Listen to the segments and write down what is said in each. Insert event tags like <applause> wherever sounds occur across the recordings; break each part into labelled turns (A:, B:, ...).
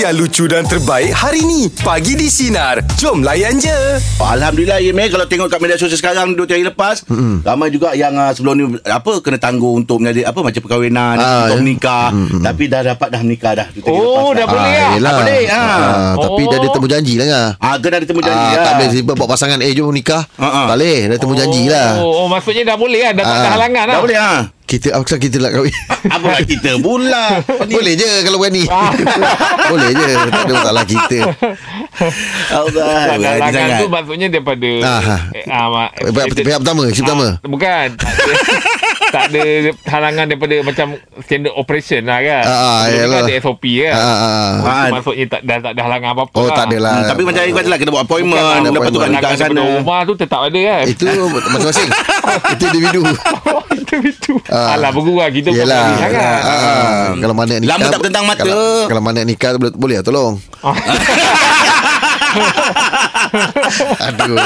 A: yang lucu dan terbaik hari ni. Pagi di Sinar. Jom layan je.
B: Alhamdulillah ya Mel Kalau tengok kat media sosial sekarang Dua tiga hari lepas mm-hmm. Ramai juga yang uh, sebelum ni Apa kena tanggung Untuk menyalin Apa macam perkahwinan
C: Ah,
B: Untuk
C: ya.
B: menikah mm-hmm. Tapi dah dapat dah menikah dah Dua tiga hari
D: Oh,
B: lepas
D: dah boleh ah.
B: yelah. Tak boleh ha.
C: Ah, Tapi dah ada temu janji lah ngah.
B: Ah, kena ada temu janji
C: Ah,
B: lah.
C: tak boleh tiba buat pasangan Eh jom nikah
B: Ah, ah.
C: Tak boleh Dah temu janji lah
D: Oh, oh, maksudnya dah boleh lah. Dah tak ada
C: Ah,
D: halangan lah.
B: Dah boleh ha.
C: Kita Apakah kita nak
B: <laughs>
C: kahwin
B: Apa kat kita
D: <laughs>
B: pula
C: Boleh je kalau berani
B: Ah.
C: <laughs> Boleh je Tak ada masalah
B: <laughs>
C: kita
B: Allah
D: Tak ada
B: berani
D: halangan
B: sangat.
D: tu maksudnya daripada
C: Ah, ah.
D: eh, ah, ma-
C: Eh, Pihak, pihak pertama Sip
D: Ah,
C: pertama
D: Bukan. Tak
C: <laughs>
D: ada, tak ada halangan daripada macam standard operation lah kan.
C: Ah, ah,
D: Sebelum ni
C: yalah.
D: kan ada SOP kan.
C: Ah, ah, ah.
D: Itu
B: Ah.
D: maksudnya tak, dah tak ada halangan apa-apa
C: Oh
D: lah.
C: tak adalah
B: Hmm, tapi macam ikut lah Kena buat appointment Lepas
C: Bukan,
B: tu kat
C: appointment.
B: nikah
D: Halangan
B: sana
D: daripada rumah tu tetap ada kan. <laughs>
B: <laughs>
C: Itu masing-masing Itu individu
D: Itu itu.
C: Ah.
D: Alah bergurau lah. kita pun
C: Yelah
D: berani sangat.
C: Ah, ah. Kalau mana nikah
B: Lama tak bertentang mata.
C: Kalau, kalau mana nikah tu boleh, boleh lah tolong
D: Ah.
C: <laughs> Aduh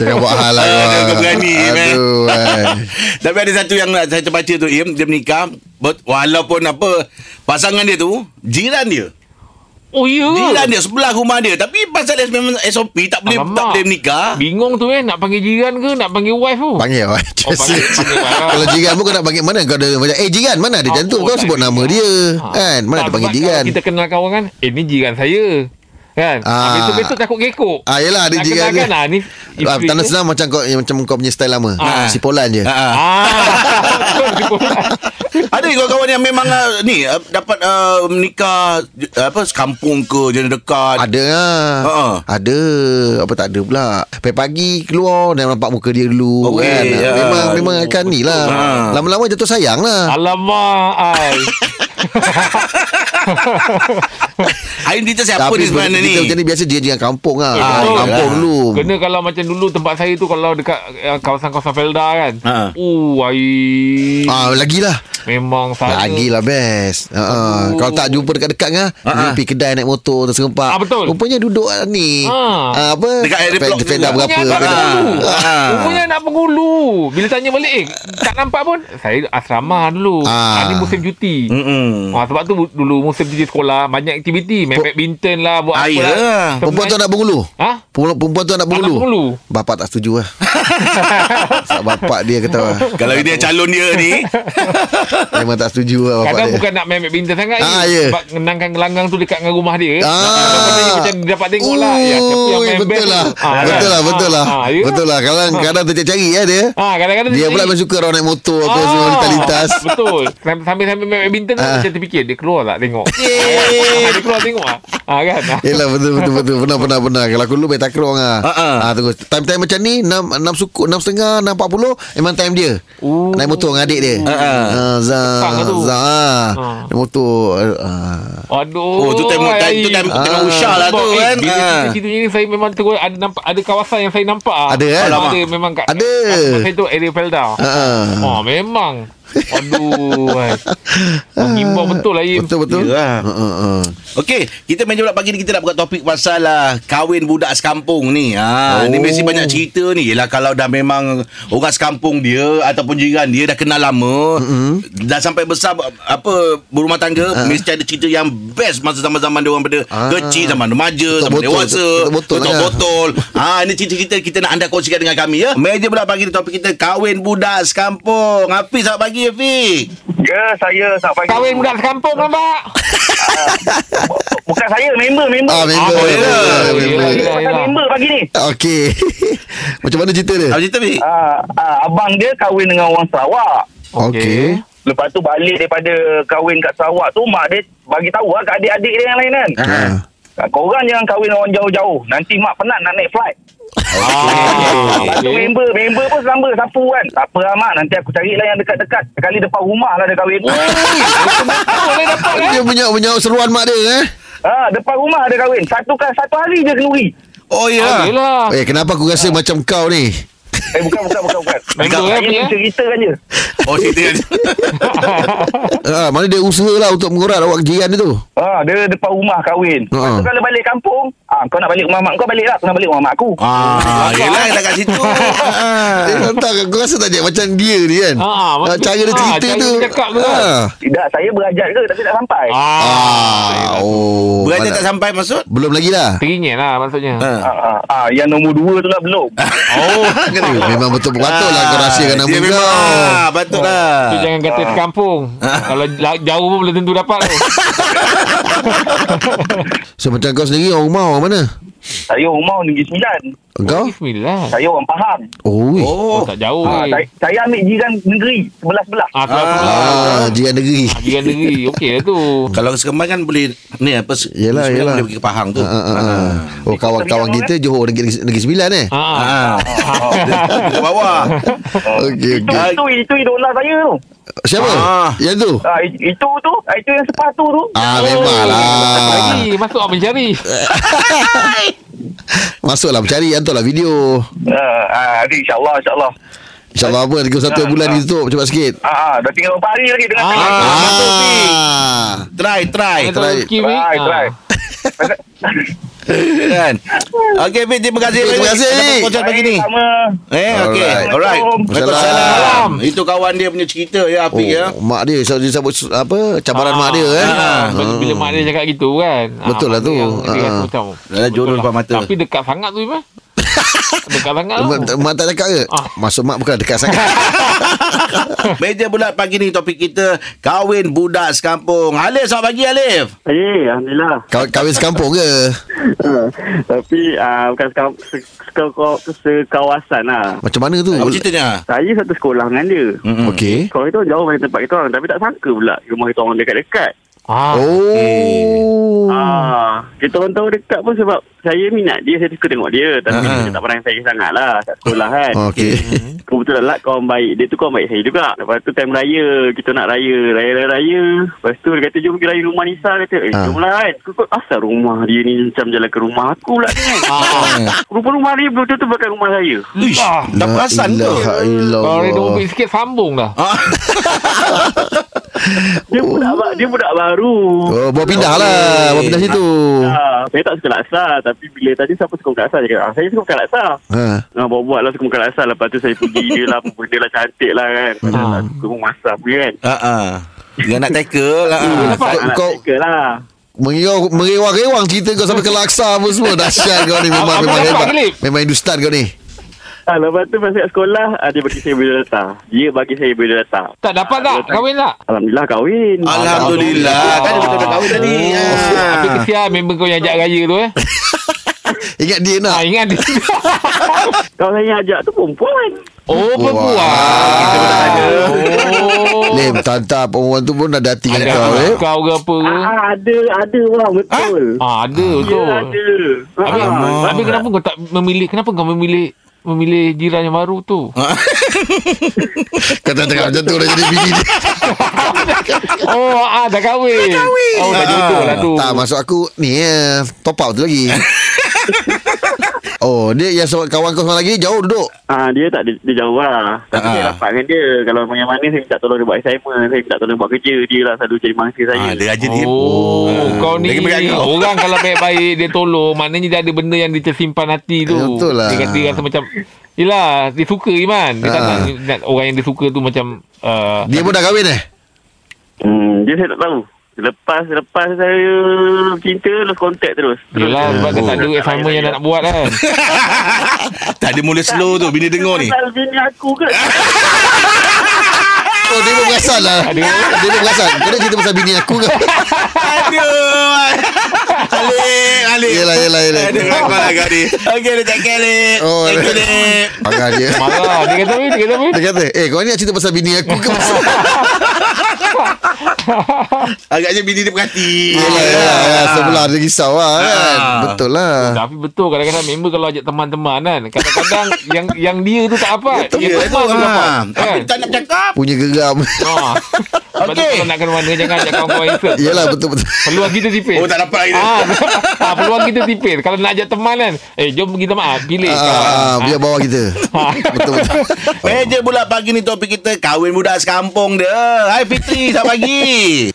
C: Jangan buat hal lah
B: Ah, jangan berani, man.
C: Aduh
D: <laughs>
C: eh.
B: Tapi ada satu yang nak saya terbaca tu Im Dia menikah but- Walaupun apa Pasangan dia tu Jiran dia
D: Oh ya. ke?
B: Jiran dia sebelah rumah dia Tapi pasal dia memang SOP Tak boleh
D: Alamak.
B: tak boleh menikah
D: Bingung tu eh Nak panggil jiran ke Nak panggil wife tu
C: Panggil lah
D: Oh,
C: <laughs>
D: panggil- panggil lah.
C: Kalau jiran pun kau nak panggil mana Kau ada macam Eh jiran mana ada
D: Ah,
C: jantung
D: oh,
C: Kau
D: tak
C: sebut
D: ada.
C: nama dia
D: Ha.
C: Kan Mana
D: Tak,
C: ada panggil
D: sebab
C: jiran
D: kalau Kita kenal kawan kan Eh ni jiran saya Kan
C: Ah.
D: ah. Betul-betul takut gekok
C: Ah yelah ada
D: Nak
C: jiran
D: kenal kan ah, ni
C: Ah,
D: isteri
C: Tanah
D: dia.
C: senang macam kau macam kau punya style lama.
D: Ah.
C: Si Polan je.
B: Ha, ha.
D: Ah.
B: Ada ni kawan-kawan yang memang uh, Ni uh, dapat uh, Menikah uh, Apa Sekampung ke Jenis dekat
C: Ada lah
B: Ha-ha.
C: Ada Apa tak ada pula Pagi-pagi keluar Dan nampak muka dia dulu
B: Okey,
C: kan?
B: ya.
C: Memang memang akan ni lah
B: Ha.
C: Lama-lama jatuh sayang lah
D: <laughs> Alamak ai.
B: Ain cerita siapa ni sebenarnya
C: kita
B: ni
C: macam ni Biasa dia dengan kampung lah
D: Eh,
C: ah,
D: betul.
C: Kampung dulu
D: Kena kalau macam dulu tempat saya tu kalau dekat eh, kawasan-kawasan Felda kan.
B: Ha.
D: Uh, ai.
C: Ah, lagilah
D: Memang saya.
C: Lagilah best uh,
D: Aduh.
C: Kalau tak jumpa dekat-dekat ngah, Dia pergi kedai naik motor Terserempak
D: Ah, betul.
C: Rupanya duduk ah, ni
D: Ah.
C: ah, Apa
B: Dekat area blok
C: Fenda
B: juga.
C: berapa Ah.
D: Rupanya anak
C: Fenda-
D: Penggulu
B: Ha.
D: Rupanya anak Penggulu Bila tanya balik Eh tak nampak pun Saya asrama dulu
C: Ah.
D: ha. Ini musim cuti
B: Mm-mm.
D: ha, Sebab tu bu- dulu musim cuti sekolah Banyak aktiviti Main badminton lah Buat
B: Ah,
D: apa
B: ya.
D: lah
C: Perempuan tu
D: Sebenarnya-
C: anak bengulu
D: Ha?
C: Perempuan, perempuan tu anak bengulu
D: Anak bengulu.
C: Bapak tak setuju
D: <laughs>
C: lah Sebab bapak dia lah. ketawa
B: Kalau dia calon dia
D: <laughs>
B: ni
C: Memang tak setuju lah bapak
D: Kadang
C: dia
D: bukan nak main badminton sangat ni.
C: Ah, ya.
D: Sebab kenangkan gelanggang tu Dekat dengan rumah dia Kadang-kadang dia
C: Ah.
D: Macam dapat tengok lah Ya, siapa yang
C: Ui,
D: main
C: betul
D: badminton
C: lah.
D: tu. Ah,
C: betul
D: kan?
C: lah, betul
D: Ah,
C: lah.
D: ah, ya.
C: Betul lah. Kadang kadang tercari-cari ya dia.
D: Ah, kadang-kadang
C: Dia
D: jadi-
C: pula memang suka orang naik motor apa semua lintas-lintas.
D: <laughs> Betul Sam- Sambil-sambil main badminton tu
C: Ah.
D: Macam terfikir Dia keluar tak tengok
B: Eh.
D: Ah, Dia keluar tengok lah ah, kan
C: Yelah betul betul betul Pernah pernah pernah Kalau aku dulu main takraw lah
B: Ha, ha.
C: ha, tunggu. Time-time macam ni 6, 6 suku 6 setengah 6 40 Memang time dia
D: Ooh.
C: Naik motor dengan adik dia ha, ha. Zah
D: Petang tu.
C: Zah ah.
D: Ha.
C: Naik motor ah.
D: Aduh.
B: Oh tu time time tu time, time
C: Ah.
B: usha lah tu
D: Sebab, eh,
B: kan
D: Bila
B: Ah.
D: cerita-cerita ni saya memang terus ada nampak ada kawasan yang saya nampak. ah.
C: Ada, kan?
D: Kalau ada
B: Alamak. Ah.
D: memang kat
C: Ada.
D: kat tempat saya tu area Felda.
C: Ha, ha.
D: Oh memang. Aduh.
B: <laughs>
D: ai. Menghimbau betul lah Im.
C: Betul betul
B: Yelah.
C: Ha, ha, ha.
B: Okey, kita main pula pagi ni kita nak buka topik pasal lah kahwin budak sekampung ni. Ha, oh. ni mesti banyak cerita ni. Yalah kalau dah memang orang sekampung dia ataupun jiran dia dah kenal lama, mm-hmm. dah sampai besar apa berumah tangga, mesti ada cerita yang best masa zaman-zaman dia orang pada
C: Ah.
B: kecil, zaman remaja, zaman
C: Betul-betul,
B: dewasa,
C: betul-betul lah.
B: botol. ah, ini cerita-cerita kita nak anda kongsikan dengan kami ya. Meja pula pagi ni topik kita kahwin budak sekampung. Hafiz selamat pagi Hafiz.
E: Ya, saya tak pagi.
D: Kahwin budak sekampung kan, nampak.
E: Bukan saya, member, member.
C: Ah, member,
B: Ah,
C: member,
B: yelah.
C: member.
D: Yelah, yelah.
E: Pasal member pagi ni.
C: Okey. <laughs> Macam mana cerita dia?
B: Apa cerita Hafiz?
E: Ah, ah, abang dia kahwin dengan orang Sarawak.
C: Okey.
E: Lepas tu balik daripada kahwin kat Sarawak tu mak dia bagi tahu lah kat adik-adik dia yang lain kan.
C: Ha.
E: Ah, Korang jangan kahwin orang jauh-jauh. Nanti mak penat nak naik flight.
D: Ah.
E: Lepas tu
D: okey.
E: member, member pun selamba sapu kan. Tak apa lah mak, nanti aku carilah yang dekat-dekat. Sekali depan rumah lah dia kahwin.
D: Betul boleh dapat eh.
C: Ah. Dia punya punya seruan mak dia eh.
E: <laughs> Ah, depan rumah dia kahwin. Satu kan satu hari je kenduri.
B: Oh ya.
D: Ah, Yelah.
C: Eh kenapa aku rasa macam kau ni?
E: Eh, bukan, bukan, bukan, bukan.
D: Member
E: Saya
D: eh, punya.
E: ceritakan je.
B: Oh cerita dia. <laughs>
C: Ha, mana dia usaha lah untuk mengurat awak jiran dia tu.
E: Ha, dia depan rumah kahwin. Lepas
C: Ha.
E: tu kalau balik kampung, ah ha, kau nak balik rumah mak kau balik lah. Aku nak balik rumah mak aku.
B: Ah, yelah dah kat
C: <laughs>
B: situ.
D: Ah.
C: Ha. Eh, kau tak aku rasa tak je macam dia ni kan.
D: Ha, ha,
C: Ha,
D: maksud-
C: cara dia
D: ha,
C: cerita
D: cara
C: tu.
D: dia cakap tu kan.
E: Tidak, saya berajat ke tapi tak sampai.
D: Ah.
C: Ah, oh.
B: Berarti
C: mana-
B: tak sampai maksud?
C: Belum lagi lah
D: Terinya lah maksudnya.
B: Ha.
E: Ah, ah, ah, yang nombor dua tu lah belum.
B: Oh, kena.
C: Ah, Memang betul patut lah Kau rahsiakan
B: Ah,
C: nama
B: dia
C: kau
B: memang, ah, patutlah.
D: Tu jangan kata sekampung. Kalau la- jauh pun belum tentu dapat tu.
C: So macam kau sendiri Orang rumah orang mana
E: Saya rumah Negeri Sembilan.
C: Engkau
D: Bismillah.
E: Saya orang Pahang.
C: Oh, oh.
B: Oh,
D: Oh, tak jauh. eh.
E: Ah, saya, saya ambil jiran negeri sebelah-sebelah.
D: Ah, kalau aku
C: Ah, Jiran negeri
D: Jiran negeri. Okey lah tu.
B: kalau sekembang kan boleh ni apa se-
C: Yelah,
B: sebenarnya
C: yelah.
B: boleh pergi ke Pahang tu.
C: Ah, ah, ah, ah. Oh kawan-kawan kita Johor Negeri, negeri Sembilan eh
B: Ah.
D: Ah,
B: Ke bawah.
C: Okey
E: Ah, Itu,
C: okey
E: itu, itu idola saya tu.
C: Siapa?
B: Ah.
C: Yang tu?
E: Ah, i- itu tu, ah, itu yang sepatu tu.
C: Ah memang lah
D: Lagi masuk awak mencari.
C: Masuklah mencari Hantarlah video
E: Ah, ah, nanti insyaAllah, insyaAllah.
C: InsyaAllah apa 31 bulan ditutup Cepat sikit
E: Ah, ah, dah tinggal beberapa hari lagi dengan
D: Ah.
E: saya.
C: Ah
B: Try, try.
D: Kita rezeki ni.
E: Try,
D: Ah.
E: try.
B: kan. Okey, Fik, terima kasih.
C: Terima kasih,
B: Dapat
C: Fik.
B: Kocak pagi ni.
E: Sama.
B: Eh, okey.
C: Alright.
B: Alright.
C: Waalaikumsalam.
B: Waalaikumsalam. Itu kawan dia punya cerita ya,
C: Oh,
B: Afiq ya.
C: mak dia so, dia sebut su- apa cabaran mak dia eh.
D: Ah, bila- Bila mak dia cakap gitu kan. Ah,
C: Betul lah
D: mak dia
C: tu.
D: yang- Dia rasa
C: Ah.
D: macam.
B: Dah jodoh
D: betul lah.
B: depan mata.
D: Tapi dekat sangat tu Iman. Dekat sangat tu.
C: Mak, mak tak cakap ke?
D: Ah.
C: Maksud mak bukan dekat sangat. Oh.
B: Meja bulat pagi ni topik kita kahwin budak sekampung. Alif, selamat pagi Alif.
F: Eh, Alhamdulillah.
C: Kaw, kahwin sekampung ke?
F: Uh, tapi uh, bukan sekau, se, sekau, sekawasan lah.
C: Macam mana tu?
B: Apa ceritanya?
F: Saya satu sekolah dengan dia.
B: Mm-mm.
C: Eh, Okey.
F: Sekolah kita jauh dari tempat kita orang. Tapi tak sangka pula rumah kita orang dekat-dekat.
D: Ah.
C: Oh.
F: Ah, kita orang tahu dekat pun sebab saya minat dia. Saya suka tengok dia. Tapi
B: Ah.
F: dia tak pandang saya sangat lah. Kat sekolah kan.
C: Okey.
F: Kebetulan lah kawan baik. Dia tu kawan baik saya juga. Lepas tu time raya. Kita nak raya. Raya-raya-raya. Lepas tu dia kata jom pergi raya rumah Nisa. Kata eh
C: Ah.
F: jom lah kan. Kau- kau- Asal rumah dia ni macam jalan ke rumah aku lah ni kan. Rumah-rumah dia betul tu belakang rumah saya.
B: Ish, dah perasan tu.
D: Ah. Kalau dia
C: Illallah.
D: dobik sikit sambung dah.
F: Dia budak ba- dia budak baru.
C: Oh, bawa pindah lah. Bawa pindah situ.
F: Ah, saya tak suka laksa tapi bila tadi siapa suka makan laksa dia kata, ah, saya suka makan laksa.
C: Ha.
F: Ah, buat-buat lah suka makan laksa lepas tu saya pergi dia lah <laughs> apa benda lah cantik lah kan.
B: Hmm.
F: Padahal tak suka pun masak pun kan.
B: Ha ah. Dia nak tackle <laughs> lah. ah.
C: Kau-
F: Anak
C: kau-
F: teka lah.
C: Mengirau, merewang-rewang cerita kau sampai ke laksa apa semua. Dahsyat kau ni. Memang,
D: Ah, Apa
C: memang
D: dapat,
C: hebat.
D: Kelip?
C: Memang Hindustan kau ni.
F: Ah, lepas tu masa kat sekolah ah, dia bagi saya biodata. Dia bagi saya biodata.
D: Tak dapat tak? Kahwin tak?
F: Alhamdulillah kahwin.
B: Alhamdulillah. Kan kita dah kahwin tadi. Ah.
D: Tapi kesian member kau yang ajak raya tu eh.
C: Ingat dia nak.
D: Ah,
C: <laughs>
D: ingat dia.
F: Kawan saya yang ajak tu perempuan.
D: Oh, perempuan.
C: Wah.
D: Kita pun tak ada. Oh.
C: Lim, tantap perempuan tu pun ada hati kat
D: Ada
C: kau. Eh.
D: kau ke apa
B: Hmm.
D: ke?
F: Ah, ada ada orang betul.
D: Ah, ada
F: Ya,
B: Oh.
D: betul.
F: ada.
D: Habis,
F: Ah.
D: habis kenapa kau tak memilih kenapa kau memilih memilih jiran yang baru tu?
C: Ah. Kau tak cakap macam tu dah jadi bini dia.
D: Oh, ah dah kahwin. Dah kahwin. Oh, dah
B: Ah.
D: jodoh lah tu.
C: Tak maksud aku Ni eh, Top up tu lagi Oh dia yang sebab kawan kau seorang lagi Jauh duduk
F: Ah dia tak dia, dia jauh lah. Tapi
B: Ah.
F: saya rapat dengan dia. Kalau yang mana saya minta tolong dia buat assignment, saya minta tolong buat kerja, dia lah selalu cari mangsa saya.
B: Ah, dia aja dia.
D: Oh, kau
B: Dia
D: ni
B: pegang kau.
D: orang kalau baik-baik dia tolong, maknanya dia ada benda yang dia tersimpan hati tu.
C: Eh, betul lah.
D: Dia kata dia rasa macam Yelah dia suka Iman. Dia tak
C: Ah.
D: nak, nak orang yang dia suka tu macam uh,
C: Dia pun dah kahwin eh
F: Hmm, dia saya tak tahu. Lepas lepas saya cinta terus kontak terus. Terus
D: Yelah sebab dia tak ada
F: Terus
D: assignment yang
F: saya-
D: nak nak buat
B: <laughs>
D: kan.
B: tak ada mula slow tu bini dengar ni.
F: Pasal bini aku ke?
C: Oh dia pun perasan lah
D: Aduh.
C: Dia pun perasan Kau nak cerita pasal bini aku ke
B: Aduh. Alif, Alif.
C: Yelah, yelah, yelah.
B: Aduh,
A: <laughs>
B: kau lah kau ni. Okey, dia tackle Alif.
C: Oh,
B: Thank you,
C: Alif.
B: Alif.
C: Marah dia
D: Marah. Dia kata apa? Dia kata apa?
C: Dia kata Eh kau ni nak cerita pasal bini aku ke pasal
B: Agaknya bini dia berhati.
C: Yelah yelah
B: ya,
C: yelah. Sebelah dia risau lah kan
B: Ah.
C: Betul lah
D: Tapi betul kadang-kadang member kalau ajak teman-teman kan
B: <laughs>
D: kadang-kadang yang yang dia tu tak apa.
B: Ya, tu
D: Yang teman tu dapat.
B: ha.
D: Kan?
B: Tapi tak nak cakap.
C: Punya geram
B: <laughs>
D: Ha. Sebab tu
B: Okey. Ya.
D: kalau nak kena mana jangan ajak kawan-kawan insert.
C: Yelah betul-betul
D: Peluang kita tipis.
B: Oh, tak dapat lagi dia.
D: Ah, <laughs> ah, peluang kita tipis. Kalau nak ajak teman kan, eh jom kita maaf pilih kawan.
C: Ah,
D: Ah.
C: biar bawa kita
D: <laughs>
C: Betul-betul
B: Meja Ah, bulat pagi ni topik kita kahwin budak sekampung dia. Hai Fitri, selamat pagi.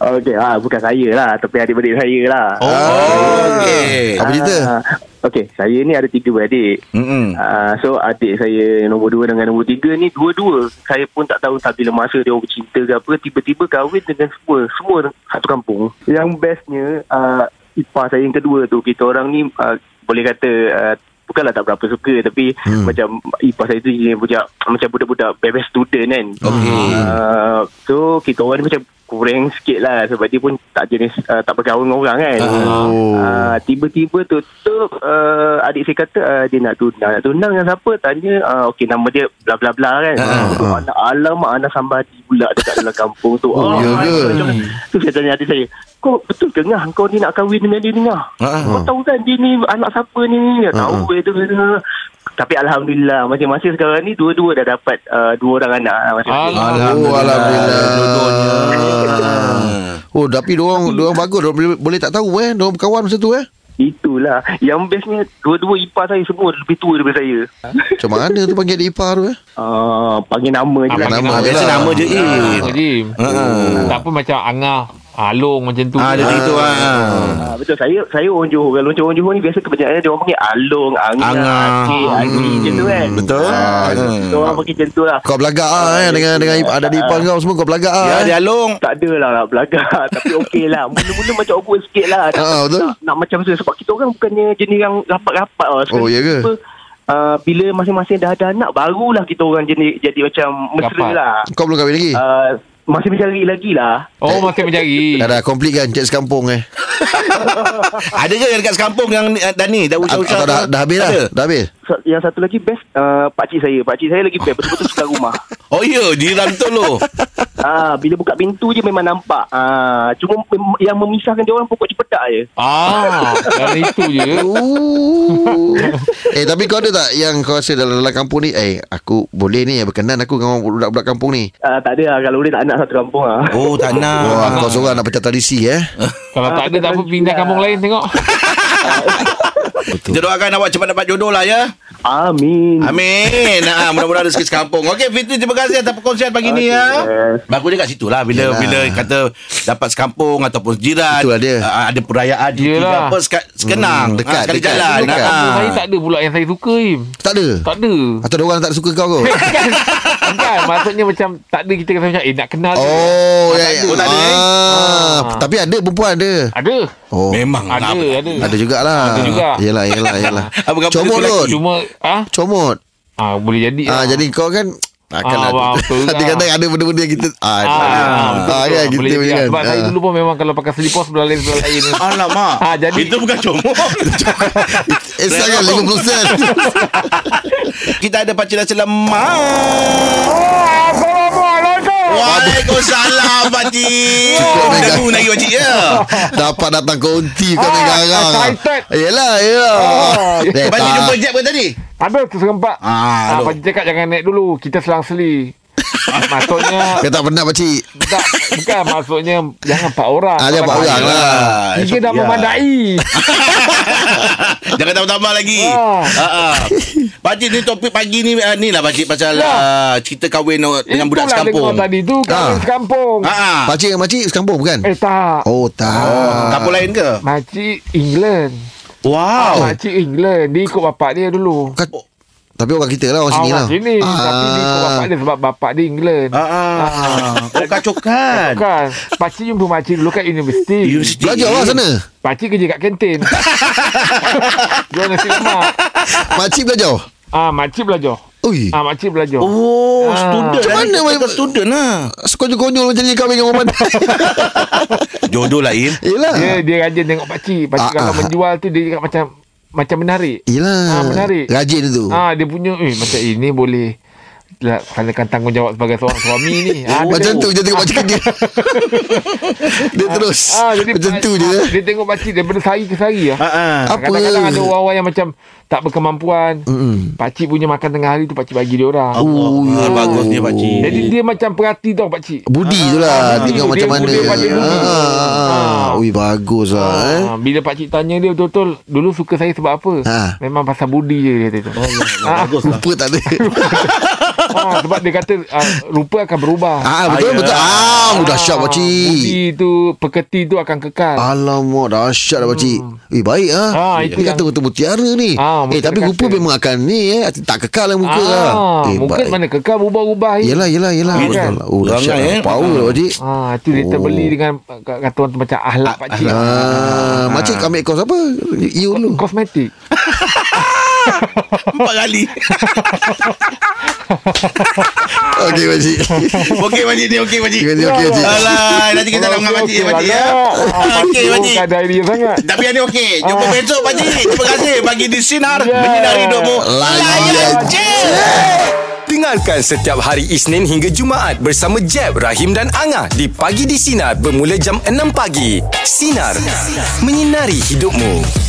F: Okey, ah bukan saya lah, tapi adik-beradik saya lah.
B: Oh, okey.
C: Ah. Apa cerita?
F: Ah, Okey, saya ni ada tiga beradik.
B: Mm-mm.
F: Uh, so adik saya nombor dua dengan nombor tiga ni dua-dua saya pun tak tahu tak bila masa dia orang bercinta ke apa tiba-tiba kahwin dengan semua semua satu kampung yang bestnya uh, ipar saya yang kedua tu kita orang ni uh, boleh kata uh, bukanlah tak berapa suka tapi hmm. macam ipar saya tu dia punya macam budak-budak best student kan.
B: Okey.
F: Uh, so kita orang ni macam kurang sikit lah sebab dia pun tak jenis uh, tak bergaul dengan orang kan.
C: Oh.
F: Uh, tiba-tiba tu tu uh, adik saya kata uh, dia nak tunang. Nak tunang dengan siapa? Tanya uh, okey nama dia bla bla bla kan.
C: Ah,
F: Uh, uh. Anak alamak anak sambadi pula dekat dalam kampung
C: <laughs>
F: tu.
C: Oh,
F: Ah,
C: ya ke?
F: macam- Tu saya tanya adik saya Kau betul ke Ngah Kau ni nak kahwin dengan dia ni Ngah
C: Ah,
B: Ha.
F: Kau tahu kan dia ni Anak siapa ni Dia Tahu uh tu Tapi Alhamdulillah Masing-masing sekarang ni Dua-dua dah dapat uh, Dua orang anak ah, masing-masing.
C: Oh,
B: Dua-duanya.
C: Alhamdulillah. Oh, tapi diorang, diorang bagus. Diorang boleh, boleh tak tahu eh. Diorang berkawan masa tu eh.
F: Itulah Yang bestnya Dua-dua ipar saya Semua lebih tua daripada saya
C: Macam mana tu panggil adik ipar tu eh?
F: uh, Panggil nama je
D: Ah,
F: lah
C: panggil
B: Ah,
C: nama
B: Biasa
C: Yelah.
B: nama je Im.
D: Oh, Jim.
B: Ha.
D: Tak apa macam Angah, Along macam tu.
B: Ah, dia begitu ah.
F: Ah, betul saya saya orang Johor kalau orang Johor ni biasa kebanyakan dia orang panggil alung angah
B: Angah.
F: akik
B: Hmm.
F: agi macam tu kan
B: Betul.
F: ah,
B: Hmm.
F: so, orang panggil macam tu lah
C: Kau belagak ah eh. Dengan, dengan ip- ada adik ipar kau semua kau belagak ah.
B: Ya,
C: eh.
B: dia alung.
F: Tak adalah lah belagak <laughs> Tapi okey lah Mula-mula macam awkward sikit lah nak,
C: Ah, betul.
F: nak, nak macam tu Sebab kita orang bukannya jenis yang rapat-rapat lah.
C: Oh, ya ke?
F: Uh, bila masing-masing dah ada anak Barulah kita orang jadi, jadi macam mesra
D: Rapat.
F: lah
C: Kau belum kahwin lagi?
B: Ah.
F: uh, Masih mencari lagi lah
D: Oh, masih mencari.
C: Dah dah complete kan cek sekampung eh.
B: Ada ke yang dekat sekampung yang eh, dah ni dah
C: Atau
B: usah-usah?
C: atau dah,
B: tu?
C: dah habis dah.
B: Ada?
C: Dah habis.
F: so, Yang satu lagi best uh, Pakcik saya Pakcik saya lagi best Betul-betul suka rumah
B: Oh ya, di Rantau lo. <laughs>
F: Ah, bila buka pintu je memang nampak. Ah, cuma mem- yang memisahkan dia orang pokok cepetak je.
D: Ah, dari itu je.
C: Ooh. eh tapi kau ada tak yang kau rasa dalam, dalam kampung ni eh aku boleh ni eh, berkenan aku dengan orang budak-budak kampung ni.
F: Ah, tak ada lah kalau boleh tak nak satu kampung lah.
B: Oh, tak nak.
C: Wah kau seorang nak pecah tradisi eh.
B: Ah.
D: Kalau tak ada tak apa pindah kampung lain tengok.
B: Kita doakan awak cepat dapat jodoh lah ya.
F: Amin.
B: Amin. Ah, mudah-mudahan rezeki sekampung. Okey Fitri, terima kasih atas perkongsian pagi ni ya. Bagusnya kat situ lah bila
C: Yelah.
B: bila kata dapat sekampung ataupun jiran.
C: Itulah dia.
B: ah, ada perayaan cuti ke
D: Yelah.
B: apa seka- sekenang.
C: Hmm, dekat,
B: Ah, sekali
C: dekat,
B: jalan.
C: dekat.
B: Ah.
D: Kampung saya tak ada pula yang saya suka Im.
C: Tak ada. <laughs>
D: Tak ada.
C: Atau orang tak suka kau
B: <laughs>
C: kau.
D: Bukan. Bukan. Maksudnya macam tak ada kita kata macam eh nak kenal. tu.
C: Oh,
D: Ah,
C: ya, ya.
D: tak ada.
B: Oh, tak ada, eh?
C: Ah,
D: Ah.
C: Tapi ada perempuan ada.
D: Ada.
C: Oh.
B: Memang lah.
D: Ada, ada.
C: Ada jugalah.
D: Ah, Ada juga.
C: Yelah, yelah,
D: <laughs>
C: yelah.
B: Apa khabar
C: Comot
B: lelaki?
C: Lon.
D: Cuma ah
C: Comot.
D: ah boleh jadi.
C: Ah, jadi kau kan akan
D: Ah,
C: ada.
D: wah,
C: <laughs>
D: betul juga.
C: Kadang-kadang ada benda-benda yang kita ah,
D: Ah, ah, betul,
C: ah,
D: betul.
C: kan kita
D: Boleh
C: punya
D: juga.
C: kan.
D: Sebab saya
C: Ah.
D: dulu pun memang kalau pakai selipar sebelah lain sebelah lain.
B: Alamak.
D: Ah, jadi-
B: Itu bukan comot.
C: Eh, sangat 50
D: <laughs>
C: sen.
B: <laughs> Kita ada Pakcik Nasi Lemak. Waalaikumsalam Pakcik.
C: Cukup, Megan.
B: Debu lagi Pakcik ya.
C: Dapat datang kau unti kau dengan
D: Ah,
C: garang.
D: excited. Ah,
C: Yelah, yelah. Eh,
B: Pakcik
C: tak.
B: jumpa Jeb ke tadi?
D: Ada tu serempak.
B: Ah,
D: Ah,
B: aduh.
D: Pakcik cakap jangan naik dulu. Kita
C: <laughs>
D: selang-seli. Maksudnya
C: Kau tak pernah pakcik
D: tak, bukan maksudnya jangan empat orang.
C: Ah, jangan empat orang lah.
B: Ah,
D: Tiga
B: esok-
D: dah
B: ya.
D: memadai.
B: <laughs> Jangan tambah-tambah lagi.
D: Ah.
B: Ha ah. Pakcik ni topik pagi ni ah, ni lah pakcik pasal
D: Ya.
B: ah, cerita kahwin o- dengan budak
D: Itulah
B: sekampung.
D: dengar tadi tu
C: Ah.
D: Kahwin sekampung
B: Ha ah.
C: Pakcik dengan makcik sekampung bukan?
D: Eh tak
C: Oh tak
B: Kampung lain ke?
D: Makcik England
B: Wow.
D: Makcik England Dia ikut bapak dia dulu
C: Kat- Tapi orang kita
B: Oh,
C: lah Orang sini lah
D: Awak sini Tapi dia ikut bapak
C: Ah.
D: dia Sebab bapak dia England
B: Ha ah.
D: <laughs>
B: Oh kacokan.
D: Kan Pakcik jumpa makcik dulu kat universiti
B: Universiti.
C: Belajar lah
D: <laughs>
C: sana
D: Pakcik kerja kat
B: <laughs>
D: kantin Jual nasi lemak
C: Makcik belajar
D: Ah, makcik belajar
C: Ui
D: Ah, makcik belajar
B: Oh,
D: Ah.
B: student.
C: Macam mana
B: Kita
C: boleh-
B: bukan student lah.
C: Sekonyol-konyol macam ni kahwin dengan
D: <laughs>
C: orang pandai
B: Jodoh lah
D: Oh.
B: Im.
C: Yelah
D: Dia dia rajin tengok pakcik Pakcik
C: Ah,
D: kalau
C: ah.
D: menjual tu Dia cakap macam Macam menarik
C: Yelah
D: Ah, menarik.
C: Rajin dia tu
D: Ah dia punya
C: <laughs>
D: eh macam ini boleh laksanakan tanggungjawab sebagai seorang suami
C: <laughs>
D: ni. Ah, dia
C: Macam
D: tengok.
C: tu je tengok makcik
D: <laughs>
C: kerja Dia terus
D: Ah, jadi
C: Macam
D: pak-
C: tu je
D: ah, Dia tengok pakcik daripada sehari ke sehari lah.
B: Ha ah.
C: Apa? Hmm.
D: Kadang-kadang ada orang-orang yang macam tak berkemampuan.
C: Mm-mm.
D: Pakcik punya makan tengah hari tu pakcik bagi dia orang.
B: Oh,
C: ya.
B: ah, bagus ni pakcik.
D: <laughs> Jadi dia macam perhati tau pakcik.
C: Budi tu lah
D: Ah, budi
C: Tengok
D: tu.
C: macam
D: Dia
C: mana
D: budi pada budi.
C: Ah,
D: Ah.
C: Ui bagus lah eh
D: Ah, bila pakcik tanya dia betul-betul Dulu suka saya sebab apa
C: Ah. <laughs>
D: Memang pasal budi je dia tu <laughs>
B: Bagus lah.
C: Lupa tak ada
D: ha, sebab dia kata uh, rupa akan berubah.
C: Ah
B: Ah,
C: betul betul.
B: ya.
C: Ah mudah syak
D: Budi
C: pakcik.
D: tu, peketi tu akan kekal.
C: Alamak dahsyat lah pakcik Eh baik ah.
D: Kan? Ah,
C: Ha,
D: itu
C: Ni kata
D: yang-
C: untuk mutiara ni
D: Ah,
C: Eh
D: mutiara
C: tapi rupa
D: kata.
C: memang akan ni eh Tak kekal lah muka lah eh,
D: Ah, muka
C: baik.
D: mana kekal berubah-ubah. ni.
C: Yelah yelah yelah
D: Kan?
C: Betul lah. Oh dahsyat
B: Perangai,
C: lah
B: eh.
C: Power lah pakcik
D: Ah, tu dia
C: Oh.
D: terbeli dengan uh, kata orang tu macam ahlak pak cik.
C: Ah, Makcik ambil kos apa You dulu
D: Kosmetik.
B: Empat
D: <laughs>
B: kali
D: Ah.
C: Okey pakcik <laughs>
B: Okey pakcik ni Okey pakcik
C: Okey okey
D: Ya,
C: pakcik
B: Alah Nanti kita nak dengan
D: Oh,
B: pakcik Pakcik ya Okey <laughs> pakcik
D: Bukan dari dia sangat.
B: Tapi yang ni okey Jumpa besok pakcik Terima kasih Pagi di Sinar
D: Yeah.
B: Menyinari hidupmu
C: Layan
B: je
A: Dengarkan setiap hari Isnin hingga Jumaat bersama Jeb, Rahim dan Angah di Pagi di Sinar bermula jam 6 pagi. Sinar. Menyinari hidupmu.